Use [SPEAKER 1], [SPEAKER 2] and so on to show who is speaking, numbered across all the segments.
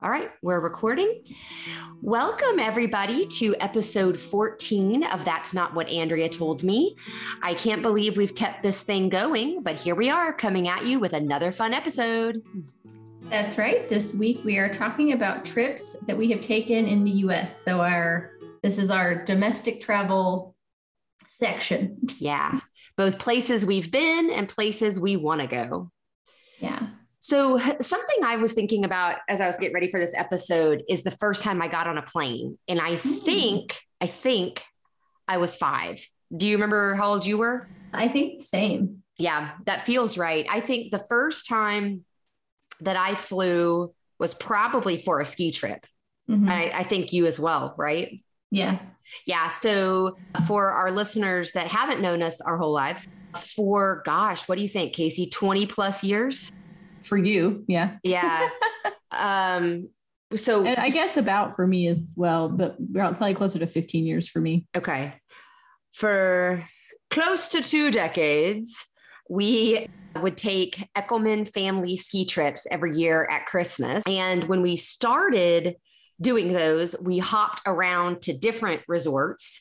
[SPEAKER 1] All right, we're recording. Welcome, everybody, to episode 14 of That's Not What Andrea Told Me. I can't believe we've kept this thing going, but here we are coming at you with another fun episode.
[SPEAKER 2] That's right. This week we are talking about trips that we have taken in the US. So our this is our domestic travel section.
[SPEAKER 1] Yeah, both places we've been and places we want to go.
[SPEAKER 2] Yeah.
[SPEAKER 1] So, something I was thinking about as I was getting ready for this episode is the first time I got on a plane. And I think, I think I was five. Do you remember how old you were?
[SPEAKER 2] I think the same.
[SPEAKER 1] Yeah, that feels right. I think the first time that I flew was probably for a ski trip.
[SPEAKER 2] Mhm.
[SPEAKER 1] And I, I think you as well, right?
[SPEAKER 2] Yeah.
[SPEAKER 1] Yeah. So, for our listeners that haven't known us our whole lives, for gosh, what do you think, Casey? 20 plus years?
[SPEAKER 3] for you yeah
[SPEAKER 1] Yeah. um, so,
[SPEAKER 3] and i guess about for me as well but about- probably closer to 15 years for me
[SPEAKER 1] okay. For close to two decades, we would take Eckelman family ski trips every year at Christmas. And when we started doing those, we hopped around to different resorts,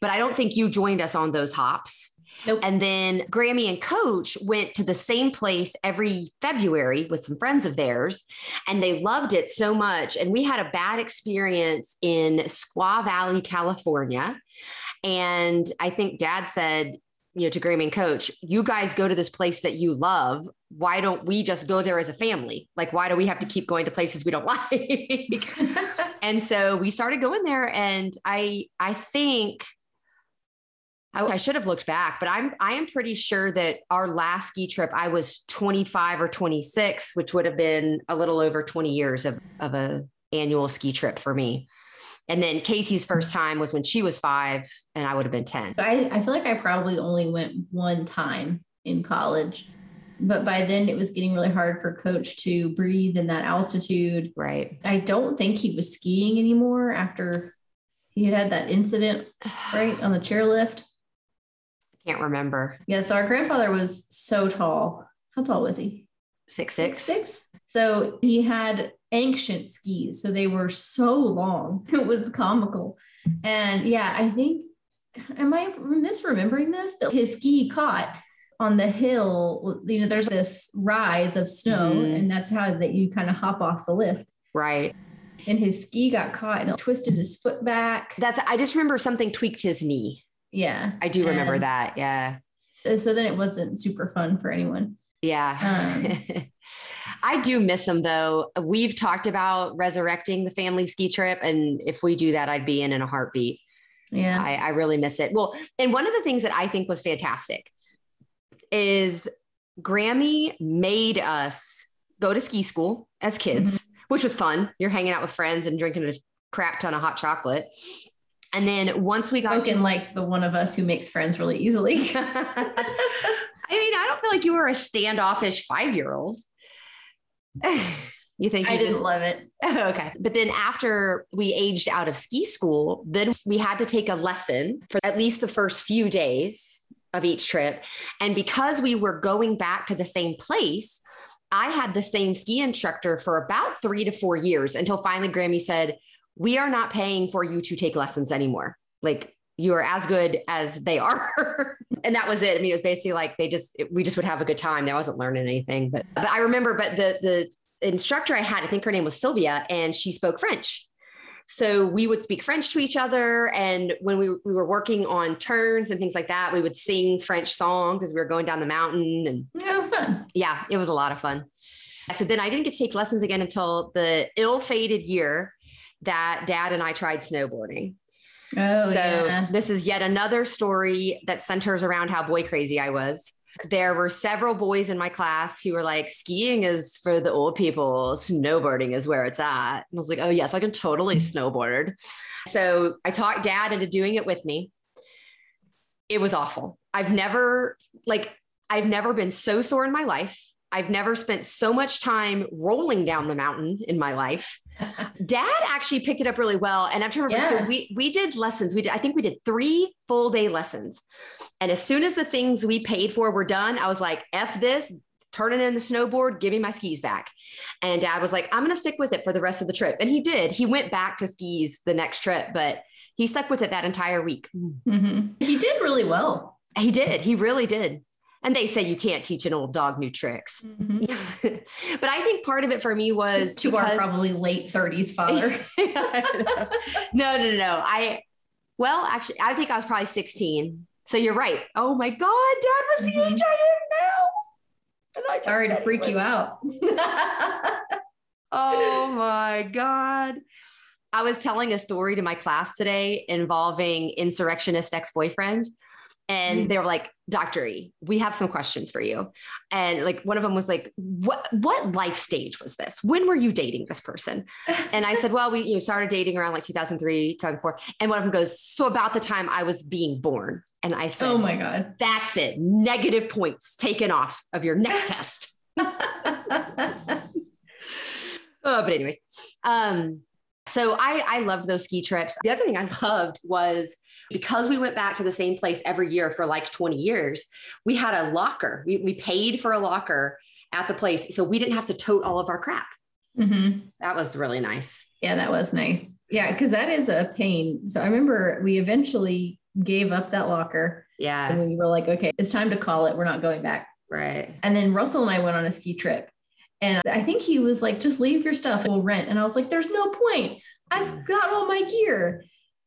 [SPEAKER 1] but I don't think you joined us on those hops.
[SPEAKER 2] Nope.
[SPEAKER 1] And then Grammy and Coach went to the same place every February with some friends of theirs, and they loved it so much. And we had a bad experience in Squaw Valley, California. And I think dad said, you know, to Grammy and Coach, you guys go to this place that you love. Why don't we just go there as a family? Like, why do we have to keep going to places we don't like? and so we started going there and i i think I, I should have looked back but i'm i am pretty sure that our last ski trip i was 25 or 26 which would have been a little over 20 years of of a annual ski trip for me and then casey's first time was when she was five and i would have been 10
[SPEAKER 2] I, I feel like I probably only went one time in college. But by then it was getting really hard for coach to breathe in that altitude.
[SPEAKER 1] right
[SPEAKER 2] I don't think he was skiing anymore after he had had that incident, right? On the chairlift.
[SPEAKER 1] can't remember
[SPEAKER 2] Yeah, so our grandfather was so tall. How tall was he?
[SPEAKER 1] six six
[SPEAKER 2] Six. So he had ancient skis. So they were so long. It was comical. And yeah, I think, am I misremembering this? That his ski caught on the hill. You know, there's this rise of snow,
[SPEAKER 1] Mhm.
[SPEAKER 2] and that's how that you kind of hop off the lift.
[SPEAKER 1] right
[SPEAKER 2] And his ski got caught and it twisted his foot back.
[SPEAKER 1] that's i just remember something tweaked his knee
[SPEAKER 2] Yeah.
[SPEAKER 1] i do remember
[SPEAKER 2] And-
[SPEAKER 1] that yeah
[SPEAKER 2] And So then it wasn't super fun for anyone.
[SPEAKER 1] Yeah. I do miss them though. We've talked about resurrecting the family ski trip. And if we do that, I'd be in in a heartbeat.
[SPEAKER 2] Yeah.
[SPEAKER 1] I, I really miss it. Well, and one of the things that I think was fantastic is Grammy made us go to ski school as kids, which was fun. You're hanging out with friends and drinking a crap ton of hot chocolate. And then once we got to
[SPEAKER 2] Spoken like the one of us who makes friends really easily.
[SPEAKER 1] I mean, I don't feel like you were a standoffish five year old. you think you
[SPEAKER 2] I
[SPEAKER 1] just-
[SPEAKER 2] just love it.
[SPEAKER 1] okay. But then after we aged out of ski school, then we had to take a lesson for at least the first few days of each trip. And because we were going back to the same place, I had the same ski instructor for about three to four years until finally Grammy said, We are not paying for you to take lessons anymore. Like, you are as good as they are. and that was it. I mean, it was basically like they just, it- we just would have a good time. I wasn't learning anything, but, but I remember, but the, the, instructor I had, I think her name was Sylvia, and she spoke French. So we would speak French to each other. And when we, we were working on turns and things like that, we would sing French songs as we were going down the mountain. And
[SPEAKER 2] Oh, fun.
[SPEAKER 1] yeah, it was a lot of fun. So then I didn't get to take lessons again until the ill fated year that dad and I tried snowboarding.
[SPEAKER 2] Oh,
[SPEAKER 1] so this is yet another story that centers around how boy crazy I was. There were several boys in my class who were like, skiing is for the old people, snowboarding is where it's at. And I was like, oh, yes, I can totally snowboard. So I talked dad into doing it with me. It was awful. I've never, like, I've never been so sore in my life. I've never spent so much time rolling down the mountain in my life. Dad actually picked it up really well. And I'm trying to remember, so
[SPEAKER 2] Yeah.
[SPEAKER 1] we we did lessons. We did, I think we did three full day lessons. And as soon as the things we paid for were done, I was like, F this, turning in the snowboard, give me my skis back. And dad was like, I'm going to stick with it for the rest of the trip. And he did. He went back to skis the next trip, but he stuck with it that entire week.
[SPEAKER 2] Mhm. He did really well.
[SPEAKER 1] He did. He really did. And they say you can't teach an old dog new tricks. but I think part of it for me was
[SPEAKER 2] Mm-hmm. Mm. to our
[SPEAKER 1] because-
[SPEAKER 2] probably late 30s father.
[SPEAKER 1] no, no, no. I well, actually, I think I was probably 16. So you're right. Oh my God, Dad was the age I
[SPEAKER 2] Mhm.
[SPEAKER 1] didn't know. And I just
[SPEAKER 2] Sorry to
[SPEAKER 1] said he
[SPEAKER 2] freak you
[SPEAKER 1] was-
[SPEAKER 2] out.
[SPEAKER 1] Oh my God. I was telling a story to my class today involving insurrectionist ex-boyfriend. And
[SPEAKER 4] Mm.
[SPEAKER 1] they were like, Dr. E, we have some questions for you. And like one of them was like, What what life stage was this? When were you dating this person? And I said, well, we you know, started dating around like 2003, 2004. And one of them goes, so about the time I was being born. And I said,
[SPEAKER 2] oh my God.
[SPEAKER 1] that's it. Negative points taken off of your next test. Oh, but anyways, um, so I I loved those ski trips. The other thing I loved was because we went back to the same place every year for like 20 years, we had a locker. We we paid for a locker at the place, so we didn't have to tote all of our crap.
[SPEAKER 2] Mhm.
[SPEAKER 1] That was really nice.
[SPEAKER 2] Yeah, that was nice. Yeah, because that is a pain. So I remember we eventually gave up that locker
[SPEAKER 1] Yeah,
[SPEAKER 2] and we were like, okay, it's time to call it. We're not going back.
[SPEAKER 1] right.
[SPEAKER 2] And then Russell and I went on a ski trip. And I think he was like, just leave your stuff, we'll rent. And I was like, there's no point. I've got all my gear.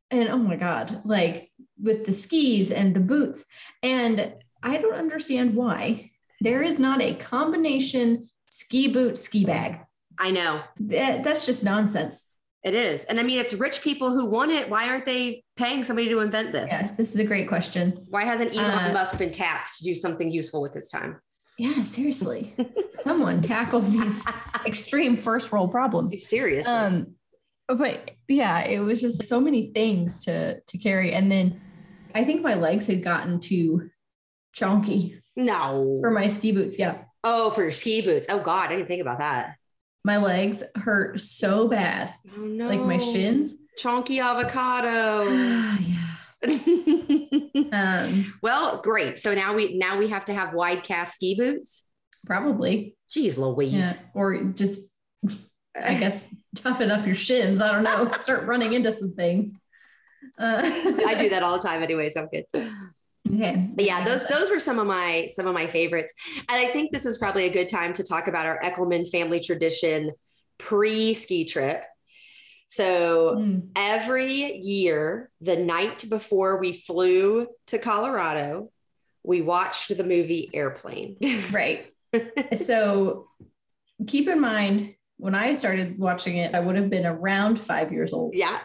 [SPEAKER 2] And oh my God, like with the skis and the boots. And I don't understand why there is not a combination ski boot, ski bag.
[SPEAKER 1] I know.
[SPEAKER 2] That, that's just nonsense.
[SPEAKER 1] It is. And I mean, it's rich people who want it. Why aren't they paying somebody to invent this?
[SPEAKER 2] Yeah, this is a great question.
[SPEAKER 1] Why hasn't Elon
[SPEAKER 2] Uh,
[SPEAKER 1] Musk been tapped to do something useful with his time?
[SPEAKER 2] Yeah, seriously. Someone tackle these extreme
[SPEAKER 4] First world problems.
[SPEAKER 1] Seriously.
[SPEAKER 4] Um, but yeah, it was just
[SPEAKER 2] so many things to to carry. And then I think my legs had gotten too chonky
[SPEAKER 1] no.
[SPEAKER 2] for my ski boots. Yeah.
[SPEAKER 1] oh, for your ski boots. Oh God, I didn't think about that.
[SPEAKER 2] My legs hurt so bad.
[SPEAKER 1] Oh no.
[SPEAKER 2] Like my shins.
[SPEAKER 1] Chonky avocado.
[SPEAKER 2] yeah. Um,
[SPEAKER 1] well, great. So now we now we have to have wide calf ski boots.
[SPEAKER 2] probably.
[SPEAKER 1] Jeez Louise.
[SPEAKER 2] Yeah. Or just I guess toughen up your shins. I don't know. Start running into some things. Uh,
[SPEAKER 1] I do that all the time anyway, so I'm good.
[SPEAKER 2] Okay.
[SPEAKER 1] But yeah, those those were some of my some of my favorites, and I think this is probably a good time to talk about our Eckelman family tradition pre ski trip. So
[SPEAKER 2] Mm.
[SPEAKER 1] every year, the night before we flew to Colorado, we watched the movie Airplane.
[SPEAKER 2] Right. so keep in mind, when I started watching it, I would have been around five years old.
[SPEAKER 1] yeah,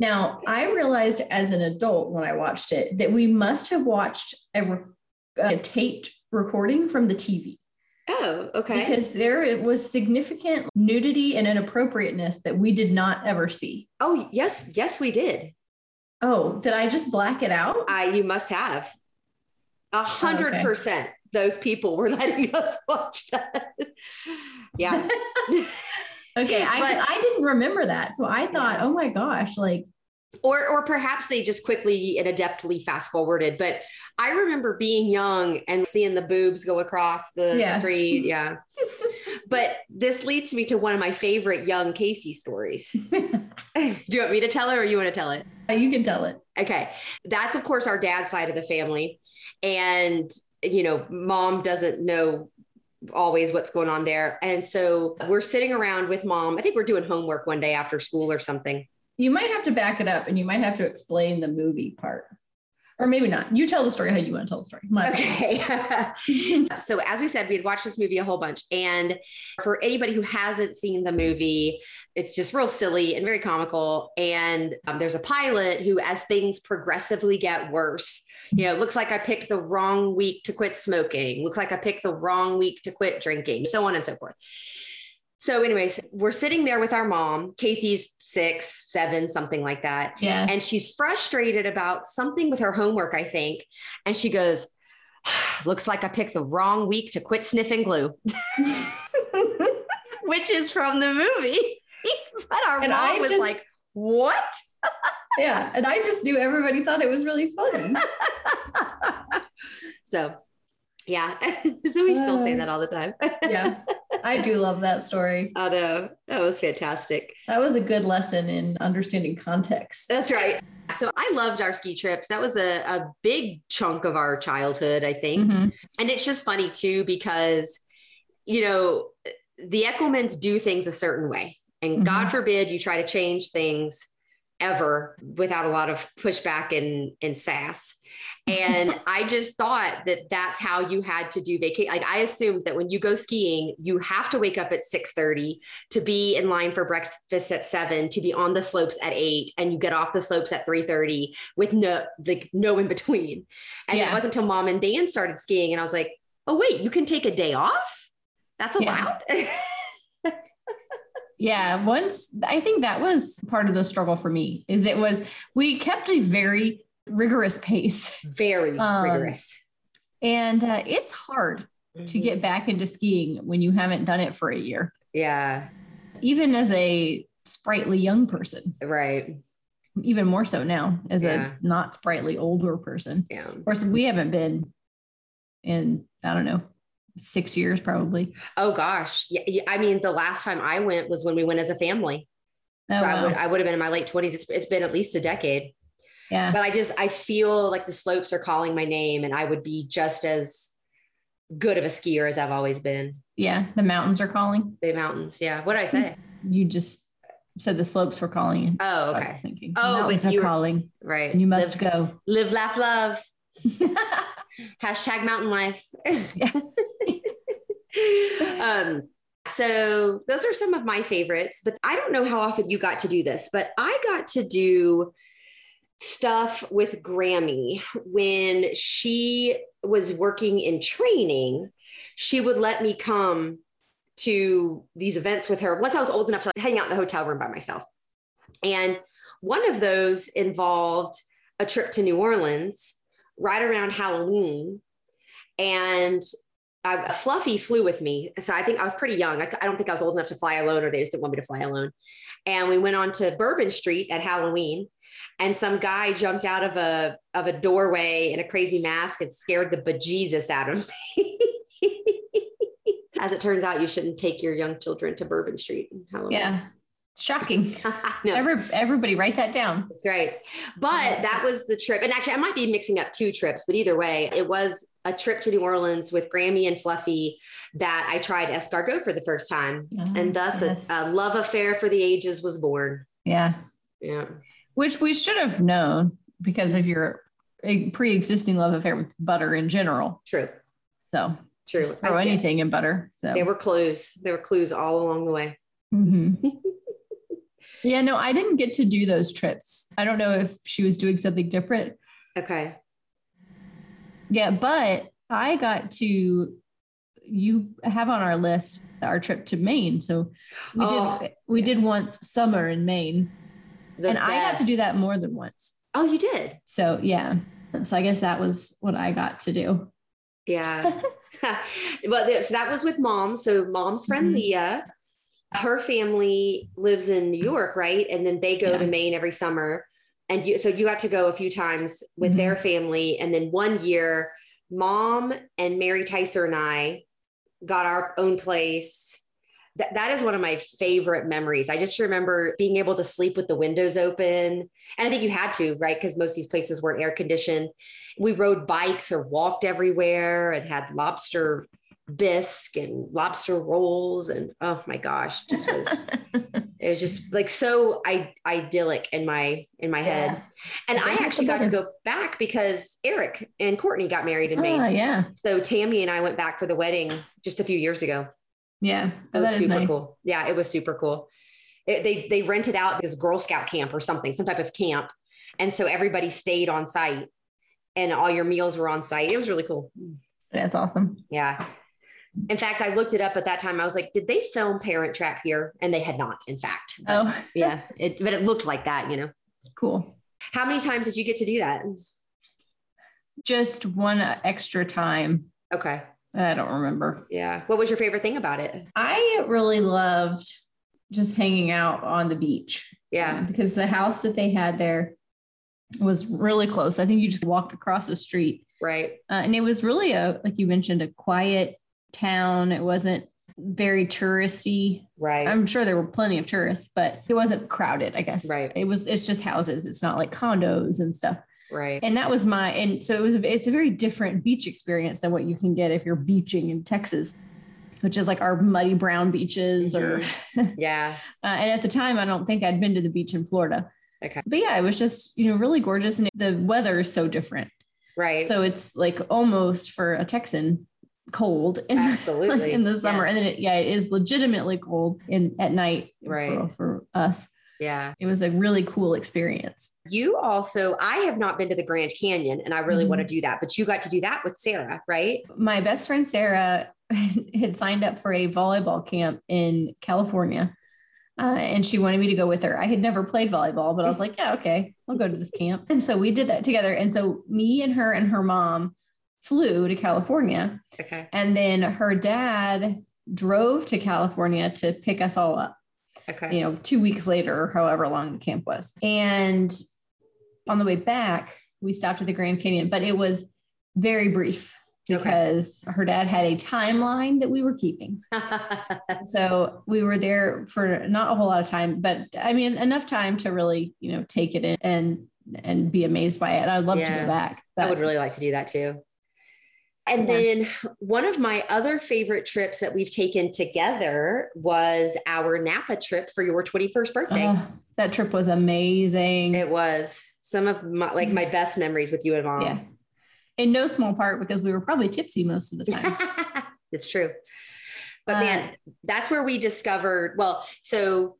[SPEAKER 2] Now, I realized as an adult when I watched it that we must have watched a, re- a taped recording from the TV
[SPEAKER 1] Oh, okay.
[SPEAKER 2] because there it was significant nudity and inappropriateness that we did not ever see.
[SPEAKER 1] oh, yes, yes, we did.
[SPEAKER 2] Oh, did I just black it out?
[SPEAKER 1] I you must have a hundred
[SPEAKER 2] Oh, okay.
[SPEAKER 1] percent. Those people were letting us watch that. yeah.
[SPEAKER 2] Okay, I,
[SPEAKER 1] But-
[SPEAKER 2] I didn't remember that. So I thought, oh my gosh, like,
[SPEAKER 1] or or perhaps they just quickly and adeptly fast forwarded but i remember being young and seeing the boobs go across the
[SPEAKER 2] Yeah.
[SPEAKER 1] screen yeah but this leads me to one of my favorite young casey stories do you want me to tell it or you want to tell it
[SPEAKER 2] you can tell it.
[SPEAKER 1] okay that's of course our dad's side of the family and you know mom doesn't know always what's going on there and so we're sitting around with mom i think we're doing homework one day after school or something
[SPEAKER 2] You might have to back it up and you might have to explain the movie part. Or maybe not. You tell the story how you want to tell the story. My-
[SPEAKER 1] okay so as we said, we had watched this movie a whole bunch. And for anybody who hasn't seen the movie, it's just real silly and very comical. And um, there's a pilot who, as things progressively get worse, you know, looks like I picked the wrong week to quit smoking, looks like I picked the wrong week to quit drinking, so on and so forth. So, anyways, we're sitting there with our mom. Casey's six, seven, something like that
[SPEAKER 2] yeah.
[SPEAKER 1] and she's frustrated about something with her homework, I think. And she goes, Looks like I picked the wrong week to quit sniffing glue, which is from the movie. but our
[SPEAKER 2] And
[SPEAKER 1] mom
[SPEAKER 2] I
[SPEAKER 1] was
[SPEAKER 2] just-
[SPEAKER 1] like, What?
[SPEAKER 2] Yeah. And I just knew everybody thought it was really funny.
[SPEAKER 1] So, Yeah. so we still
[SPEAKER 2] Uh.
[SPEAKER 1] say that all the time.
[SPEAKER 5] yeah, I do love that story.
[SPEAKER 1] I know. That was fantastic.
[SPEAKER 5] That was a good lesson in understanding context.
[SPEAKER 1] That's right. So I loved our ski trips. That was a, a big chunk of our childhood, I think.
[SPEAKER 2] Mhm.
[SPEAKER 1] And it's just funny too, because, you know, the Eckelmans do things a certain way. And
[SPEAKER 2] Mhm.
[SPEAKER 1] God forbid you try to change things ever without a lot of pushback and, and sass. And I just thought that that's how you had to do vacation. Like I assumed that when you go skiing, you have to wake up at 630 to be in line for breakfast at seven, to be on the slopes at eight, and you get off the slopes at 330 with no, like no in between. And it
[SPEAKER 5] Yeah.
[SPEAKER 1] wasn't until mom and Dan started skiing. And I was like, oh wait, you can take a day off? That's
[SPEAKER 2] Yeah.
[SPEAKER 1] allowed?
[SPEAKER 2] Yeah, once I think that was part of the struggle for me is it was we kept a very rigorous pace
[SPEAKER 1] Very
[SPEAKER 2] Um,
[SPEAKER 1] rigorous. Mm-hmm.
[SPEAKER 2] and uh, it's hard to get back into skiing when you haven't done it for a year,
[SPEAKER 1] Yeah,
[SPEAKER 2] even as a sprightly young person,
[SPEAKER 1] right.
[SPEAKER 2] even more so now as
[SPEAKER 1] Yeah.
[SPEAKER 2] a not sprightly older person.
[SPEAKER 1] Yeah.
[SPEAKER 2] Of course, we haven't been in, I don't know, six years probably.
[SPEAKER 1] Oh gosh. Yeah, yeah. I mean, the last time I went was when we went as a family.
[SPEAKER 2] Oh,
[SPEAKER 1] so I
[SPEAKER 2] wow.
[SPEAKER 1] would I would have been in my late twenties. It's, it's been at least a decade.
[SPEAKER 2] yeah.
[SPEAKER 1] But I just I feel like the slopes are calling my name, and I would be just as good of a skier as I've always been.
[SPEAKER 2] Yeah. The mountains are calling.
[SPEAKER 1] The mountains. Yeah. What did I
[SPEAKER 2] Mm.
[SPEAKER 1] say?
[SPEAKER 2] You just said the slopes were calling. you.
[SPEAKER 1] Oh,
[SPEAKER 2] I was
[SPEAKER 1] okay.
[SPEAKER 2] thinking.
[SPEAKER 1] Oh,
[SPEAKER 2] the
[SPEAKER 1] but
[SPEAKER 2] mountains are
[SPEAKER 1] you were-
[SPEAKER 2] calling.
[SPEAKER 1] Right.
[SPEAKER 2] and You must
[SPEAKER 1] live,
[SPEAKER 2] go.
[SPEAKER 1] live, laugh, love. Hashtag mountain life. um, so those are some of my favorites, but I don't know how often you got to do this, but I got to do stuff with Grammy when she was working in training. She would let me come to these events with her once I was old enough to hang out in the hotel room by myself. And one of those involved a trip to New Orleans right around Halloween. And I, Fluffy flew with me. So I think I was pretty young. I, I don't think I was old enough to fly alone, or they just didn't want me to fly alone. And we went on to Bourbon Street at Halloween. And some guy jumped out of a of a doorway in a crazy mask and scared the bejesus out of me. As it turns out, you shouldn't take your young children to Bourbon Street in Halloween.
[SPEAKER 2] Yeah. Shocking.
[SPEAKER 1] no,
[SPEAKER 2] Every, everybody write that down.
[SPEAKER 1] That's right.
[SPEAKER 2] Mm-hmm.
[SPEAKER 1] But that was the trip. And actually, I might be mixing up two trips, but either way, it was a trip to New Orleans with Grammy and Fluffy that I tried escargot for the first time.
[SPEAKER 2] Oh,
[SPEAKER 1] And thus, a,
[SPEAKER 2] Mm-hmm. Yes.
[SPEAKER 1] a love affair for the ages was born.
[SPEAKER 2] yeah,
[SPEAKER 1] Yeah.
[SPEAKER 2] which we should have known because of your eh, pre-existing love affair with butter in general.
[SPEAKER 1] True.
[SPEAKER 2] So
[SPEAKER 1] True.
[SPEAKER 2] just throw
[SPEAKER 1] I-
[SPEAKER 2] anything in butter. So
[SPEAKER 1] There were clues. There were clues all along the way.
[SPEAKER 2] Mhm. yeah, no, I didn't get to do those trips. I don't know if she was doing something different.
[SPEAKER 1] Okay.
[SPEAKER 2] Yeah, but I got to. You have on our list our trip to Maine. So we
[SPEAKER 1] Oh,
[SPEAKER 2] did we did
[SPEAKER 1] yes.
[SPEAKER 2] once summer in Maine,
[SPEAKER 1] The
[SPEAKER 2] and I got to
[SPEAKER 1] best.
[SPEAKER 2] do that more than once.
[SPEAKER 1] Oh, you did?
[SPEAKER 2] So yeah. So I guess that was what I got to do.
[SPEAKER 1] Yeah. well, th- so that was with mom. So mom's friend
[SPEAKER 2] Mhm.
[SPEAKER 1] Leah, her family lives in New York, right? And then they go
[SPEAKER 2] Yeah.
[SPEAKER 1] to Maine every summer. And you, so you got to go a few times with
[SPEAKER 2] Mhm.
[SPEAKER 1] their family. And then one year, mom and Mary Tyser and I got our own place. That, that is one of my favorite memories. I just remember being able to sleep with the windows open. And I think you had to, right? Because most of these places weren't air conditioned. We rode bikes or walked everywhere and had lobster bisque and lobster rolls. And oh my gosh, just was it was just like so I- idyllic in my in my head. And I
[SPEAKER 2] Don't
[SPEAKER 1] actually
[SPEAKER 2] have
[SPEAKER 1] got
[SPEAKER 2] to
[SPEAKER 1] to go back because Eric and Courtney got married in Maine.
[SPEAKER 2] Ah, yeah.
[SPEAKER 1] So Tammy and I went back for the wedding just a few years ago.
[SPEAKER 2] Yeah.
[SPEAKER 1] It
[SPEAKER 2] Oh,
[SPEAKER 1] was
[SPEAKER 2] that is
[SPEAKER 1] super
[SPEAKER 2] nice.
[SPEAKER 1] cool. Yeah, it was super cool. It- they they rented out this Girl Scout camp or something, some type of camp, and so everybody stayed on site, and all your meals were on site. It was really cool.
[SPEAKER 2] That's awesome.
[SPEAKER 1] Yeah. In fact, I looked it up at that time. I was like, did they film Parent Trap here? And they had not. In fact. But
[SPEAKER 2] Oh,
[SPEAKER 1] yeah, it, but it looked like that. You know.
[SPEAKER 2] cool.
[SPEAKER 1] How many times did you get to do that?
[SPEAKER 2] Just one extra time.
[SPEAKER 1] Okay.
[SPEAKER 2] that I don't remember.
[SPEAKER 1] Yeah. What was your favorite thing about it?
[SPEAKER 2] I really loved just hanging out on the beach.
[SPEAKER 1] Yeah.
[SPEAKER 2] Because the house that they had there was really close. I think you just walked across the street
[SPEAKER 1] Right.
[SPEAKER 2] Uh, and it was really a, like you mentioned, a quiet town. It wasn't very touristy.
[SPEAKER 1] Right.
[SPEAKER 2] I'm sure there were plenty of tourists, but it wasn't crowded, I guess.
[SPEAKER 1] Right.
[SPEAKER 2] It was, it's just houses. It's not like condos and stuff.
[SPEAKER 1] right.
[SPEAKER 2] And that was my, and so it was, it's a very different beach experience than what you can get if you're beaching in Texas, which is like our muddy brown beaches or,
[SPEAKER 1] Mm-hmm.
[SPEAKER 2] uh,
[SPEAKER 1] yeah.
[SPEAKER 2] and at the time, I don't think I'd been to the beach in Florida.
[SPEAKER 1] Okay.
[SPEAKER 2] But yeah, it was just, you know, really gorgeous. And the weather is so different.
[SPEAKER 1] Right.
[SPEAKER 2] So it's like almost for a Texan cold in,
[SPEAKER 1] Absolutely.
[SPEAKER 2] in the summer.
[SPEAKER 1] Yes.
[SPEAKER 2] And then it, yeah, it is legitimately cold in at night for,
[SPEAKER 1] Right.
[SPEAKER 2] for us.
[SPEAKER 1] yeah.
[SPEAKER 2] It was a really cool experience.
[SPEAKER 1] You also, I have not been to the Grand Canyon and I really
[SPEAKER 2] Mhm.
[SPEAKER 1] want to do that, but you got to do that with Sarah, right?
[SPEAKER 2] My best friend Sarah had signed up for a volleyball camp in California. Uh, and she wanted me to go with her. I had never played volleyball, but I was like, yeah, okay, I'll go to this camp. And so we did that together. And so me and her and her mom flew to California
[SPEAKER 1] Okay.
[SPEAKER 2] And then her dad drove to California to pick us all up,
[SPEAKER 1] Okay.
[SPEAKER 2] you know, two weeks later or however long the camp was. And on the way back, we stopped at the Grand Canyon, but it was very brief
[SPEAKER 1] Okay.
[SPEAKER 2] because her dad had a timeline that we were keeping. So we were there for not a whole lot of time, but I mean enough time to really, you know, take it in and and be amazed by it. I'd love to
[SPEAKER 1] Yeah.
[SPEAKER 2] go back.
[SPEAKER 1] I
[SPEAKER 2] but-
[SPEAKER 1] would really like to do that too. And
[SPEAKER 2] Yeah.
[SPEAKER 1] then one of my other favorite trips that we've taken together was our Napa trip for your 21st birthday.
[SPEAKER 2] Oh, that trip was amazing.
[SPEAKER 1] It was some of my like my best memories with you and mom.
[SPEAKER 2] Yeah. In no small part because we were probably tipsy most of the time.
[SPEAKER 1] it's true. But
[SPEAKER 2] Uh,
[SPEAKER 1] man, that's where we discovered. Well, so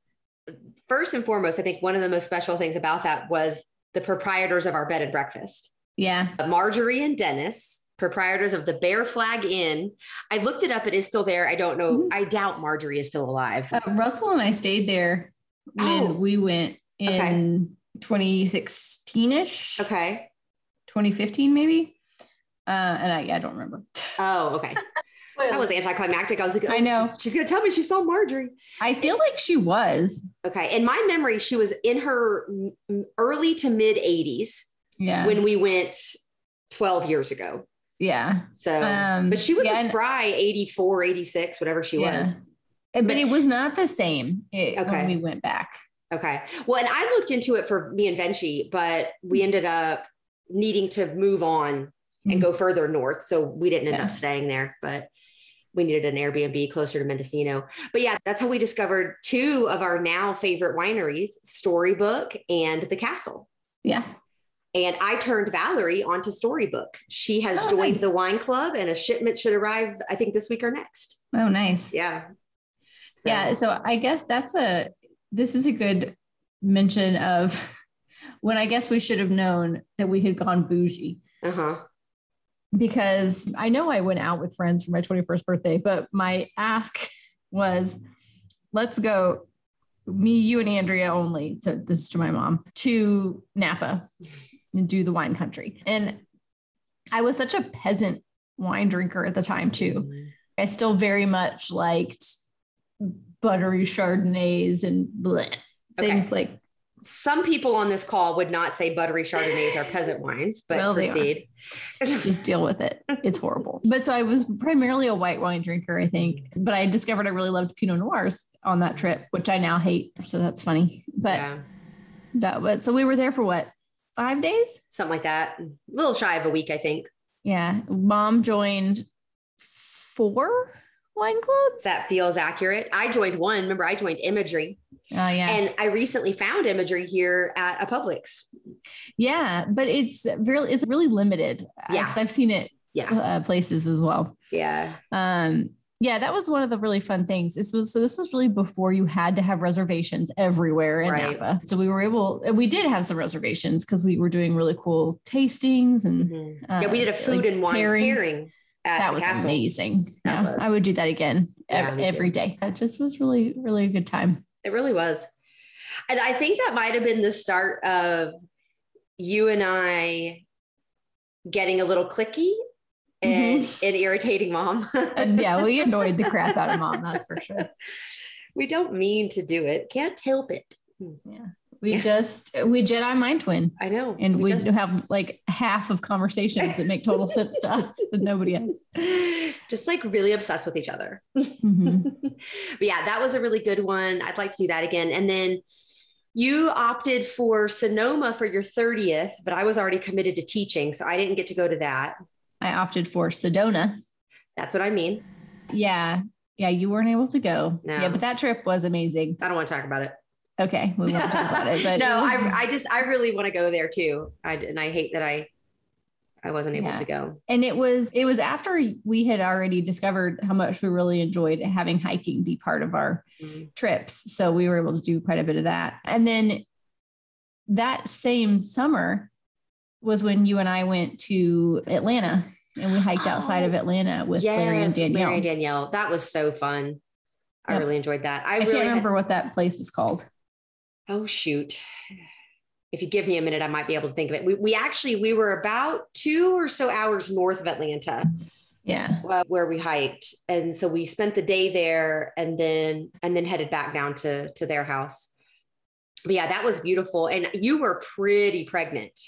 [SPEAKER 1] first and foremost, I think one of the most special things about that was the proprietors of our bed and breakfast, Uh,
[SPEAKER 2] yeah.
[SPEAKER 1] Marjorie and Dennis, proprietors of the Bear Flag Inn. I looked it up; it is still there. I don't know.
[SPEAKER 2] Mhm.
[SPEAKER 1] I doubt Marjorie is still alive.
[SPEAKER 2] Uh, Russell and I stayed there when
[SPEAKER 1] Oh.
[SPEAKER 2] we went in 2016 ish,
[SPEAKER 1] okay.
[SPEAKER 2] 2015 maybe. Uh, and I, I don't remember.
[SPEAKER 1] Oh, okay. That was anticlimactic. I was like, oh,
[SPEAKER 2] I know.
[SPEAKER 1] she's gonna tell me she saw Marjorie.
[SPEAKER 2] I feel like she was.
[SPEAKER 1] Okay. In my memory, she was in her m- m- early to mid 80s.
[SPEAKER 2] Yeah.
[SPEAKER 1] when we went 12 years ago.
[SPEAKER 2] yeah.
[SPEAKER 1] So,
[SPEAKER 2] Um,
[SPEAKER 1] Oh. but she was
[SPEAKER 2] yeah,
[SPEAKER 1] a
[SPEAKER 2] and-
[SPEAKER 1] spry 84, 86, whatever she
[SPEAKER 2] yeah.
[SPEAKER 1] was.
[SPEAKER 2] Uh, But
[SPEAKER 1] But-
[SPEAKER 2] it was not the same it,
[SPEAKER 1] Okay.
[SPEAKER 2] when we went back.
[SPEAKER 1] Okay. Well, and I looked into it for me and Venchi, but
[SPEAKER 2] Mm-hmm.
[SPEAKER 1] we ended up needing to move on and go further north. So we didn't end
[SPEAKER 2] Yeah.
[SPEAKER 1] up staying there, but we needed an Airbnb closer to Mendocino. But yeah, that's how we discovered two of our now favorite wineries, Storybook and The Castle.
[SPEAKER 2] Yeah.
[SPEAKER 1] And I turned Valerie onto Storybook. She has
[SPEAKER 2] Oh,
[SPEAKER 1] joined
[SPEAKER 2] nice.
[SPEAKER 1] the wine club, and a shipment should arrive, I think, this week or next.
[SPEAKER 2] Oh, nice.
[SPEAKER 1] Yeah. So-
[SPEAKER 2] Yeah. So I guess that's a, this is a good mention of when I guess we should have known that we had gone bougie.
[SPEAKER 1] Uh huh.
[SPEAKER 2] because I know I went out with friends for my 21st birthday, but my ask was let's go, me, you, and Andrea only. So this is to my mom to Napa and do the wine country. And I was such a peasant wine drinker at the time, too. I still very much liked buttery Chardonnays and bleh, things like
[SPEAKER 1] Some people on this call would not say buttery Chardonnays are peasant wines, but
[SPEAKER 2] Well, they are.
[SPEAKER 1] proceed.
[SPEAKER 2] just deal with it. It's horrible. But so I was primarily a white wine drinker, I think. But I discovered I really loved Pinot Noirs on that trip, which I now hate. So that's funny. But
[SPEAKER 1] yeah,
[SPEAKER 2] that was so we were there for what five days?
[SPEAKER 1] something like that. A little shy of a week, I think.
[SPEAKER 2] Yeah. Mom joined four wine clubs.
[SPEAKER 1] That feels accurate. I joined one. Remember, I joined Imagery,
[SPEAKER 2] Oh yeah.
[SPEAKER 1] and I recently found Imagery here at a Publix.
[SPEAKER 2] yeah. But it's really it's really limited.
[SPEAKER 1] Yeah.
[SPEAKER 2] Because I've seen it
[SPEAKER 1] Yeah.
[SPEAKER 2] uh, places as well.
[SPEAKER 1] Yeah.
[SPEAKER 2] Um yeah, that was one of the really fun things. This was so this was really before you had to have reservations everywhere in
[SPEAKER 1] Right.
[SPEAKER 2] Napa. So we were able and we did have some reservations because we were doing really cool tastings and
[SPEAKER 1] Mhm.
[SPEAKER 2] uh,
[SPEAKER 1] yeah, we did a food
[SPEAKER 2] like
[SPEAKER 1] and wine
[SPEAKER 2] pairings.
[SPEAKER 1] pairing at
[SPEAKER 2] That
[SPEAKER 1] the
[SPEAKER 2] was
[SPEAKER 1] castle.
[SPEAKER 2] amazing.
[SPEAKER 1] That
[SPEAKER 2] yeah,
[SPEAKER 1] was.
[SPEAKER 2] I would do that again
[SPEAKER 1] Yeah,
[SPEAKER 2] ev-
[SPEAKER 1] me too.
[SPEAKER 2] every day. It just was really, really a good time.
[SPEAKER 1] It really was. And I think that might have been the start of you and I getting a little clicky and,
[SPEAKER 2] Mhm.
[SPEAKER 1] and irritating mom.
[SPEAKER 2] And yeah, we annoyed the crap out of mom. That's for sure.
[SPEAKER 1] we don't mean to do it, can't help it.
[SPEAKER 2] We just we Jedi mind twin.
[SPEAKER 1] I know.
[SPEAKER 2] And we,
[SPEAKER 1] just,
[SPEAKER 2] have like half of conversations that make total sense to us and nobody else.
[SPEAKER 1] just like really obsessed with each other.
[SPEAKER 2] Mhm.
[SPEAKER 1] but yeah, that was a really good one. I'd like to do that again. And then you opted for Sonoma for your 30th, but I was already committed to teaching, so I didn't get to go to that.
[SPEAKER 2] I opted for Sedona.
[SPEAKER 1] That's what I mean.
[SPEAKER 2] Yeah. Yeah, you weren't able to go.
[SPEAKER 1] No.
[SPEAKER 2] Yeah, but that trip was amazing.
[SPEAKER 1] I don't want to talk about it.
[SPEAKER 2] Okay, we won't talk about it. But
[SPEAKER 1] no,
[SPEAKER 2] it was-
[SPEAKER 1] I, I just I really want to go there too. I, and I hate that I I wasn't able
[SPEAKER 2] Yeah.
[SPEAKER 1] to go.
[SPEAKER 2] and it was it was after we had already discovered how much we really enjoyed having hiking be part of our
[SPEAKER 1] Mhm.
[SPEAKER 2] trips. So we were able to do quite a bit of that. And then that same summer was when you and I went to Atlanta and we hiked outside of
[SPEAKER 1] Oh,
[SPEAKER 2] Atlanta with Larry and
[SPEAKER 1] Yes, with
[SPEAKER 2] Danielle.
[SPEAKER 1] Larry and Danielle. That was so fun. I
[SPEAKER 2] Yep.
[SPEAKER 1] really enjoyed that. I,
[SPEAKER 2] I
[SPEAKER 1] really
[SPEAKER 2] can't
[SPEAKER 1] had-
[SPEAKER 2] remember what that place was called.
[SPEAKER 1] Oh shoot. If you give me a minute, I might be able to think of it. We, we actually we were about two or so hours north of Atlanta
[SPEAKER 2] Yeah.
[SPEAKER 1] uh, where we hiked, and so we spent the day there, and then and then headed back down to to their house. But yeah, that was beautiful, and you were pretty pregnant.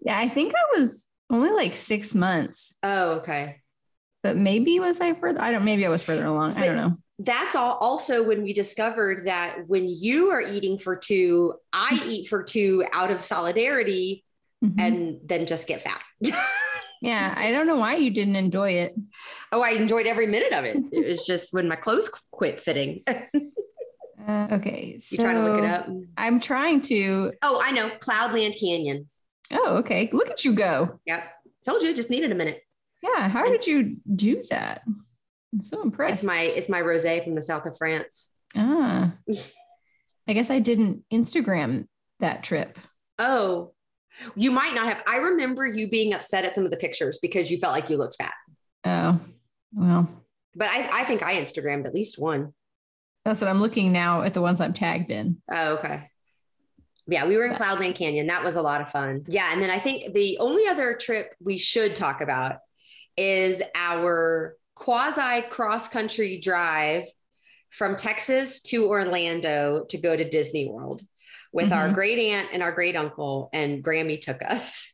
[SPEAKER 2] Yeah, I think I was only like six months,
[SPEAKER 1] Oh, okay.
[SPEAKER 2] but maybe was I further? I don't, maybe I was further along. I don't know.
[SPEAKER 1] That's all. Also, when we discovered that when you are eating for two, I eat for two out of solidarity,
[SPEAKER 2] Mhm.
[SPEAKER 1] and then just get fat.
[SPEAKER 2] yeah, I don't know why you didn't enjoy it.
[SPEAKER 1] Oh, I enjoyed every minute of it. It was just when my clothes qu- quit fitting. you
[SPEAKER 2] Uh, okay. So
[SPEAKER 1] trying to look it up?
[SPEAKER 2] I'm trying to.
[SPEAKER 1] Oh, I know. Cloudland Canyon.
[SPEAKER 2] Oh, okay. Look at you go.
[SPEAKER 1] Yep. Told you, just needed a minute.
[SPEAKER 2] Yeah, how
[SPEAKER 1] And-
[SPEAKER 2] did you do that? I'm so
[SPEAKER 1] It's
[SPEAKER 2] impressed.
[SPEAKER 1] my it's my rosé from the south of France.
[SPEAKER 2] ah, I guess I didn't Instagram that trip.
[SPEAKER 1] Oh, you might not have. I remember you being upset at some of the pictures because you felt like you looked fat.
[SPEAKER 2] Oh, well,
[SPEAKER 1] But I, I think I Instagrammed at least one.
[SPEAKER 2] that's what I'm looking now at the ones I'm tagged in.
[SPEAKER 1] Oh, okay. Yeah, we were in Cloudland Canyon. That was a lot of fun. Yeah. And then I think the only other trip we should talk about is our quasi cross country drive from Texas to Orlando to go to Disney World with our
[SPEAKER 2] Mhm.
[SPEAKER 1] great aunt and our great uncle, and Grammy took us.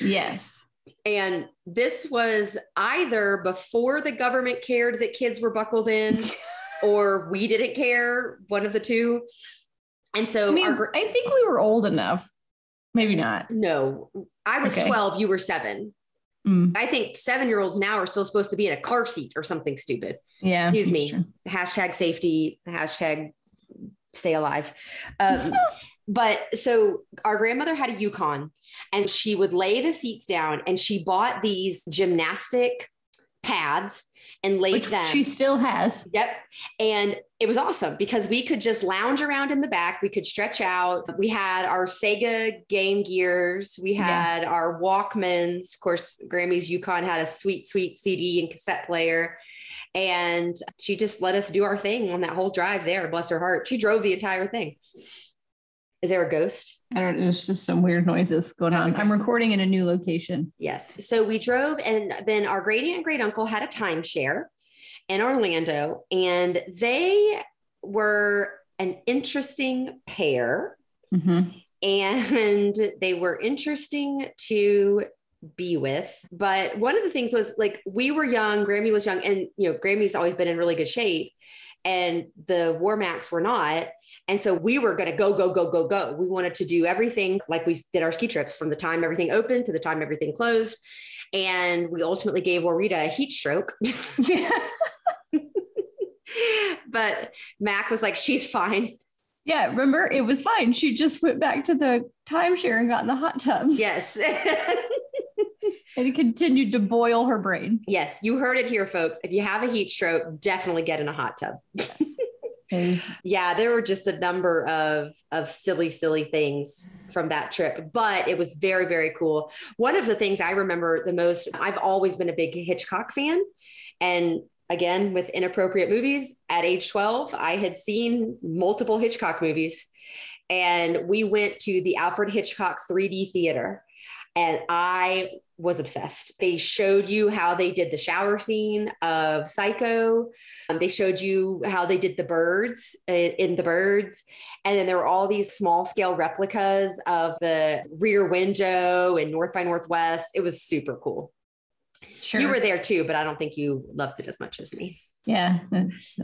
[SPEAKER 2] Yes.
[SPEAKER 1] And this was either before the government cared that kids were buckled in or we didn't care, one of the two. And so,
[SPEAKER 2] I mean,
[SPEAKER 1] our gr-
[SPEAKER 2] I think we were old enough. Maybe not.
[SPEAKER 1] no, I was
[SPEAKER 2] Okay.
[SPEAKER 1] 12, you were seven.
[SPEAKER 2] Mm,
[SPEAKER 1] I think seven year olds now are still supposed to be in a car seat or something stupid.
[SPEAKER 2] yeah.
[SPEAKER 1] Excuse
[SPEAKER 2] that's
[SPEAKER 1] me.
[SPEAKER 2] true.
[SPEAKER 1] hashtag safety, hashtag stay alive. Um, but so our grandmother had a Yukon and she would lay the seats down and she bought these gymnastic pads and laid
[SPEAKER 2] Which
[SPEAKER 1] them.
[SPEAKER 2] she still has.
[SPEAKER 1] Yep. And it was awesome because we could just lounge around in the back. We could stretch out. We had our Sega Game Gears. We had our Walkmans. Of course, Grammy's Yukon had a sweet, sweet CD and cassette player. And she just let us do our thing on that whole drive there. Bless her heart. She drove the entire thing. Is there a ghost?
[SPEAKER 2] I don't know. It's just some weird noises going on. I'm recording in a new location.
[SPEAKER 1] Yes. So we drove, and then our great aunt and great uncle had a timeshare in Orlando, and they were an interesting pair,
[SPEAKER 2] Mhm.
[SPEAKER 1] and they were interesting to be with. But one of the things was like we were young, Grammy was young, and you know, Grammy's always been in really good shape, and the Warmax were not. And so we were going to go, go, go, go, go. We wanted to do everything like we did our ski trips from the time everything opened to the time everything closed. And we ultimately gave Warita a heat stroke. but Mac was like, she's fine.
[SPEAKER 2] Yeah. Remember, it was fine. She just went back to the timeshare and got in the hot tub
[SPEAKER 1] Yes.
[SPEAKER 2] and continued to boil her brain.
[SPEAKER 1] yes. You heard it here, folks. If you have a heat stroke, definitely get in a hot tub.
[SPEAKER 2] Okay.
[SPEAKER 1] yeah there were just a number of of silly silly things from that trip but it was very very cool one of the things i remember the most i've always been a big hitchcock fan and again with inappropriate movies at age 12 i had seen multiple hitchcock movies and we went to the alfred hitchcock 3d theater and i was obsessed. They showed you how they did the shower scene of Psycho. Um, they showed you how they did the birds uh, in the birds. And then there were all these small scale replicas of the rear window and North by Northwest. It was super cool.
[SPEAKER 2] Sure.
[SPEAKER 1] You were there too, but I don't think you loved it as much as me.
[SPEAKER 2] yeah. that's,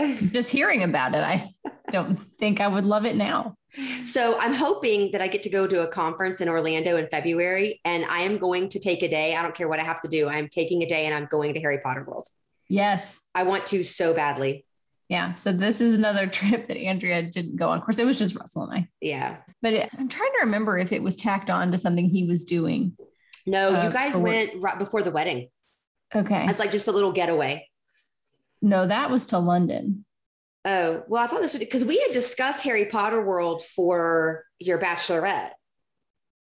[SPEAKER 2] uh, just hearing about it, I don't think I would love it now.
[SPEAKER 1] So I'm hoping that I get to go to a conference in Orlando in February, and I am going to take a day. I don't care what I have to do. I'm taking a day and I'm going to Harry Potter World.
[SPEAKER 2] Yes.
[SPEAKER 1] I want to so badly.
[SPEAKER 2] Yeah. So this is another trip that Andrea didn't go on. Of course, it was just Russell and I.
[SPEAKER 1] Yeah.
[SPEAKER 2] But it, I'm trying to remember if it was tacked on to something he was doing.
[SPEAKER 1] No,
[SPEAKER 2] Uh,
[SPEAKER 1] you guys
[SPEAKER 2] for what-
[SPEAKER 1] went right before the wedding.
[SPEAKER 2] Okay.
[SPEAKER 1] That's like just a little getaway.
[SPEAKER 2] No, that was to London.
[SPEAKER 1] Oh, well, I thought this would because we had discussed Harry Potter World for your bachelorette,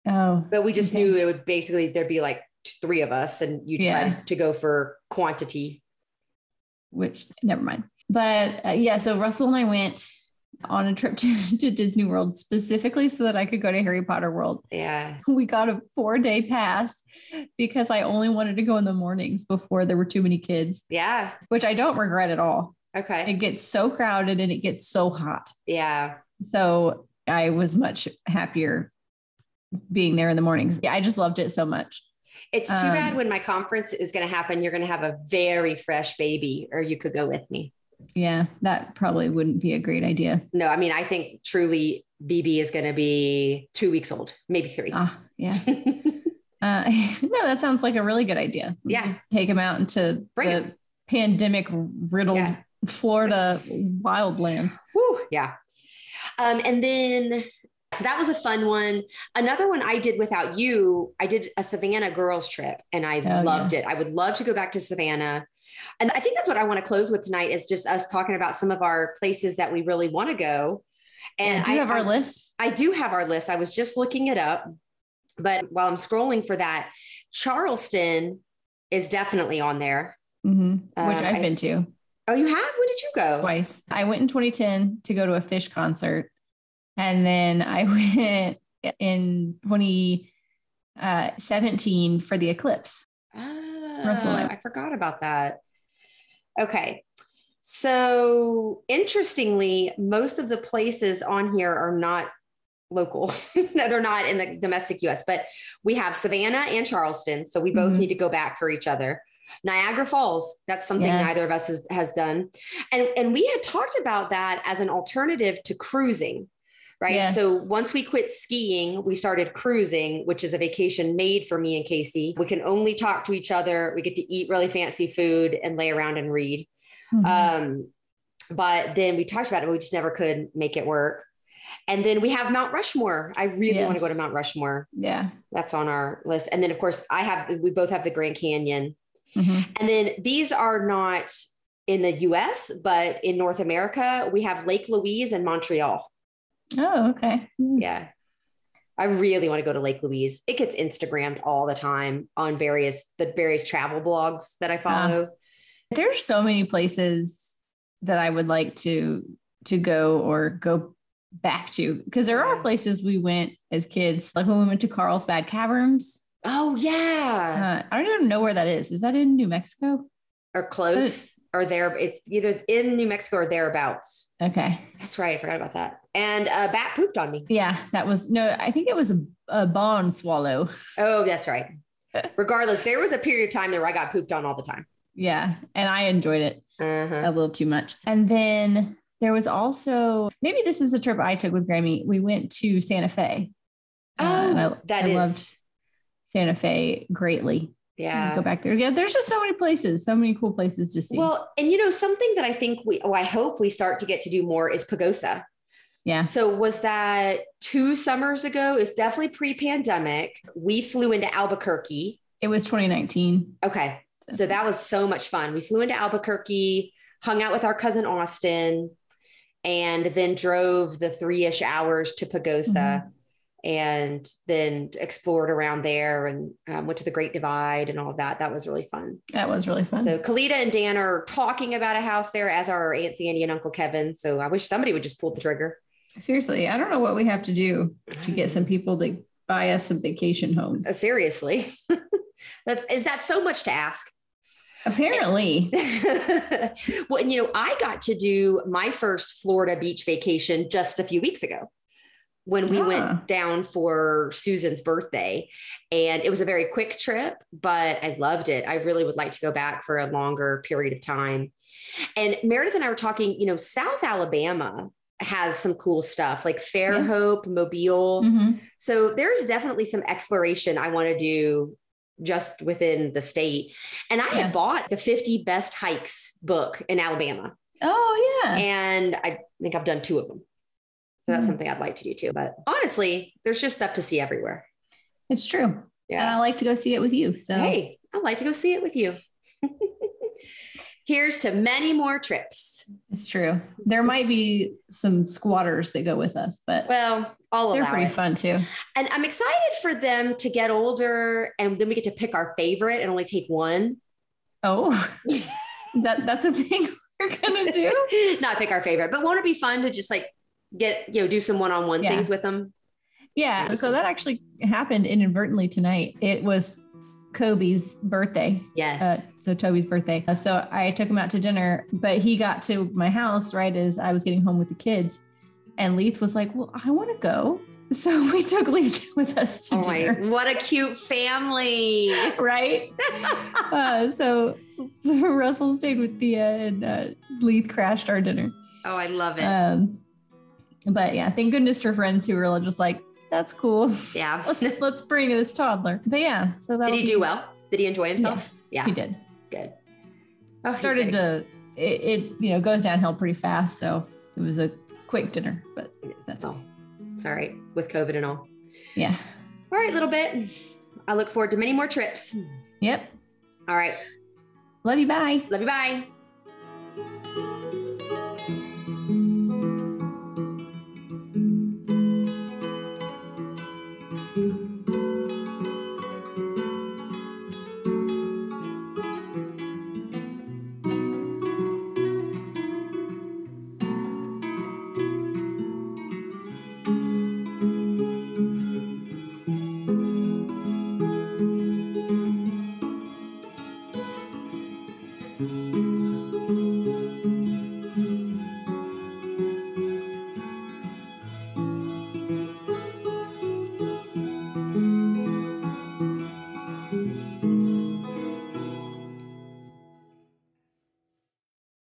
[SPEAKER 2] Oh,
[SPEAKER 1] but we just
[SPEAKER 2] Okay.
[SPEAKER 1] knew it would basically there'd be like t- three of us, and you
[SPEAKER 2] Yeah.
[SPEAKER 1] decided to go for quantity.
[SPEAKER 2] which never mind. But uh, yeah, so Russell and I went on a trip to, to Disney World specifically so that I could go to Harry Potter World.
[SPEAKER 1] Yeah.
[SPEAKER 2] We got a four day pass because I only wanted to go in the mornings before there were too many kids,
[SPEAKER 1] Yeah.
[SPEAKER 2] which I don't regret at all. It
[SPEAKER 1] Okay.
[SPEAKER 2] gets so crowded and it gets so hot.
[SPEAKER 1] Yeah.
[SPEAKER 2] So I was much happier being there in the mornings. Yeah, I just loved it so much.
[SPEAKER 1] It's too
[SPEAKER 2] Um,
[SPEAKER 1] bad when my conference is going to happen. You're going to have a very fresh baby, or you could go with me.
[SPEAKER 2] Yeah, that probably wouldn't be a great idea.
[SPEAKER 1] No, I mean, I think truly BB is going to be two weeks old, maybe three.
[SPEAKER 2] Ah, yeah. Uh, no, that sounds like a really good idea. We
[SPEAKER 1] Yeah.
[SPEAKER 2] Just take them out into
[SPEAKER 1] Bring
[SPEAKER 2] the
[SPEAKER 1] 'em.
[SPEAKER 2] pandemic riddled
[SPEAKER 1] Yeah.
[SPEAKER 2] Florida wildlands.
[SPEAKER 1] Whew, yeah. Um, and then, so that was a fun one. Another one I did without you, I did a Savannah girls trip and I
[SPEAKER 2] Oh,
[SPEAKER 1] loved it. I would love to go back to Savannah. And I think that's what I want to close with tonight is just us talking about some of our places that we really want to go. And
[SPEAKER 2] Yeah, do you have our list?
[SPEAKER 1] I do have our list. I was just looking it up, but while I'm scrolling for that, Charleston is definitely on there.
[SPEAKER 2] hmm
[SPEAKER 1] Uh,
[SPEAKER 2] Which I've
[SPEAKER 1] I-
[SPEAKER 2] been to
[SPEAKER 1] Oh, you have? When did you go?
[SPEAKER 2] twice. I went in 2010 to go to a fish concert. And then I went in 2017 for the eclipse. Russell
[SPEAKER 1] Ah,
[SPEAKER 2] Lake.
[SPEAKER 1] I forgot about that. Okay. So interestingly, most of the places on here are not local. No, They're not in the domestic US, but we have Savannah and Charleston. So we both
[SPEAKER 2] Mhm.
[SPEAKER 1] need to go back for each other. Niagara Falls, that's something
[SPEAKER 2] Yes.
[SPEAKER 1] neither of us has, has done. And, and we had talked about that as an alternative to cruising, right?
[SPEAKER 2] Yes.
[SPEAKER 1] So once we quit skiing, we started cruising, which is a vacation made for me and Casey. We can only talk to each other. We get to eat really fancy food and lay around and read.
[SPEAKER 2] Mhm.
[SPEAKER 1] Um, but then we talked about it, we just never could make it work. And then we have Mount Rushmore. I really want to go to
[SPEAKER 2] Yes.
[SPEAKER 1] Mount Rushmore.
[SPEAKER 2] yeah.
[SPEAKER 1] That's on our list. And then, of course, I have, we both have the Grand Canyon.
[SPEAKER 2] Mhm.
[SPEAKER 1] And then these are not in the US, but in North America, we have Lake Louise and Montreal.
[SPEAKER 2] Oh, okay.
[SPEAKER 1] Yeah. I really want to go to Lake Louise. It gets Instagrammed all the time on various the various travel blogs that I follow.
[SPEAKER 2] there's so many places that I would like to to go or go back to because there are
[SPEAKER 1] Yeah.
[SPEAKER 2] places we went as kids, like when we went to Carlsbad Caverns.
[SPEAKER 1] oh yeah.
[SPEAKER 2] Uh, I don't even know where that is. Is that in New Mexico?
[SPEAKER 1] or close or there it's either in New Mexico or thereabouts.
[SPEAKER 2] Okay,
[SPEAKER 1] That's right. I forgot about that. And a bat pooped on me.
[SPEAKER 2] yeah, that was no. I think it was a, a barn swallow.
[SPEAKER 1] Oh, that's right. Regardless, there was a period of time there where I got pooped on all the time.
[SPEAKER 2] Yeah, and I enjoyed it
[SPEAKER 1] Uh-huh.
[SPEAKER 2] a little too much. And then there was also maybe this is a trip I took with Grammy. We went to Santa Fe. Uh, and
[SPEAKER 1] Oh, that is-
[SPEAKER 2] Santa Fe greatly.
[SPEAKER 1] Yeah.
[SPEAKER 2] go back there. Yeah, there's just so many places, so many cool places to see.
[SPEAKER 1] Well, and you know, something that I think we, oh, I hope we start to get to do more is Pagosa.
[SPEAKER 2] yeah,
[SPEAKER 1] So was that two summers ago? It's definitely pre-pandemic. We flew into Albuquerque.
[SPEAKER 2] it was 2019.
[SPEAKER 1] Okay. So that was so much fun. We flew into Albuquerque, hung out with our cousin Austin, and then drove the three-ish hours to Pagosa and then explored around there and um, went to the Great Divide and all of that. That was really fun.
[SPEAKER 2] That was really fun.
[SPEAKER 1] So Kalita and Dan are talking about a house there, as are Aunt Sandy and Uncle Kevin. So I wish somebody would just pull the trigger.
[SPEAKER 2] Seriously, I don't know what we have to do to get some people to buy us some vacation homes.
[SPEAKER 1] Seriously. That's is that so much to ask?
[SPEAKER 2] Apparently,
[SPEAKER 1] well, and, you know, I got to do my first Florida beach vacation just a few weeks ago when we
[SPEAKER 2] Ah.
[SPEAKER 1] went down for Susan's birthday. And it was a very quick trip, but I loved it. I really would like to go back for a longer period of time. And Meredith and I were talking, you know, South Alabama has some cool stuff like Fairhope, Mobile.
[SPEAKER 2] Mm-hmm.
[SPEAKER 1] So there's definitely some exploration I want to do just within the state. And I
[SPEAKER 2] Yeah.
[SPEAKER 1] had bought the 50 best hikes book in Alabama.
[SPEAKER 2] oh yeah,
[SPEAKER 1] And I think I've done two of them. So that's
[SPEAKER 2] Mhm.
[SPEAKER 1] something I'd like to do too. But honestly, there's just stuff to see everywhere.
[SPEAKER 2] it's true. And
[SPEAKER 1] Yeah.
[SPEAKER 2] I like to go see it with you. So
[SPEAKER 1] Hey, I'd like to go see it with you. Here's to many more trips.
[SPEAKER 2] it's true. There might be some squatters that go with us, but
[SPEAKER 1] Well, all
[SPEAKER 2] they're
[SPEAKER 1] allow
[SPEAKER 2] pretty
[SPEAKER 1] it.
[SPEAKER 2] fun too.
[SPEAKER 1] And I'm excited for them to get older and then we get to pick our favorite and only take one.
[SPEAKER 2] Oh, that that's a thing we're gonna do.
[SPEAKER 1] not pick our favorite, but won't it be fun to just like get you know do some one on one
[SPEAKER 2] Yeah.
[SPEAKER 1] things with them?
[SPEAKER 2] Yeah.
[SPEAKER 1] Maybe.
[SPEAKER 2] So that actually happened inadvertently tonight. It was Kobe's birthday.
[SPEAKER 1] Yes.
[SPEAKER 2] Uh, so Toby's birthday. Uh, So I took him out to dinner, but he got to my house right as I was getting home with the kids. And Leith was like, Well, I want to go. So we took Leith with us to
[SPEAKER 1] oh my,
[SPEAKER 2] dinner.
[SPEAKER 1] what a cute family!
[SPEAKER 2] Right. uh, so Russell stayed with Thea and uh, Leith crashed our dinner.
[SPEAKER 1] Oh, I love it.
[SPEAKER 2] Um, but yeah, thank goodness for friends who were just like, That's cool.
[SPEAKER 1] yeah.
[SPEAKER 2] let's
[SPEAKER 1] Did
[SPEAKER 2] let's bring this toddler. But yeah, so that
[SPEAKER 1] he do well? Did he enjoy himself? Yeah.
[SPEAKER 2] He did.
[SPEAKER 1] Oh, he's
[SPEAKER 2] Started
[SPEAKER 1] getting-
[SPEAKER 2] to it, it you know goes downhill pretty fast, so it was a quick dinner. But that's all.
[SPEAKER 1] Oh, it's all right with COVID and all.
[SPEAKER 2] Yeah.
[SPEAKER 1] All right, little bit. I look forward to many more trips.
[SPEAKER 2] Yep.
[SPEAKER 1] All right.
[SPEAKER 2] Love you. Bye.
[SPEAKER 1] Love you. Bye.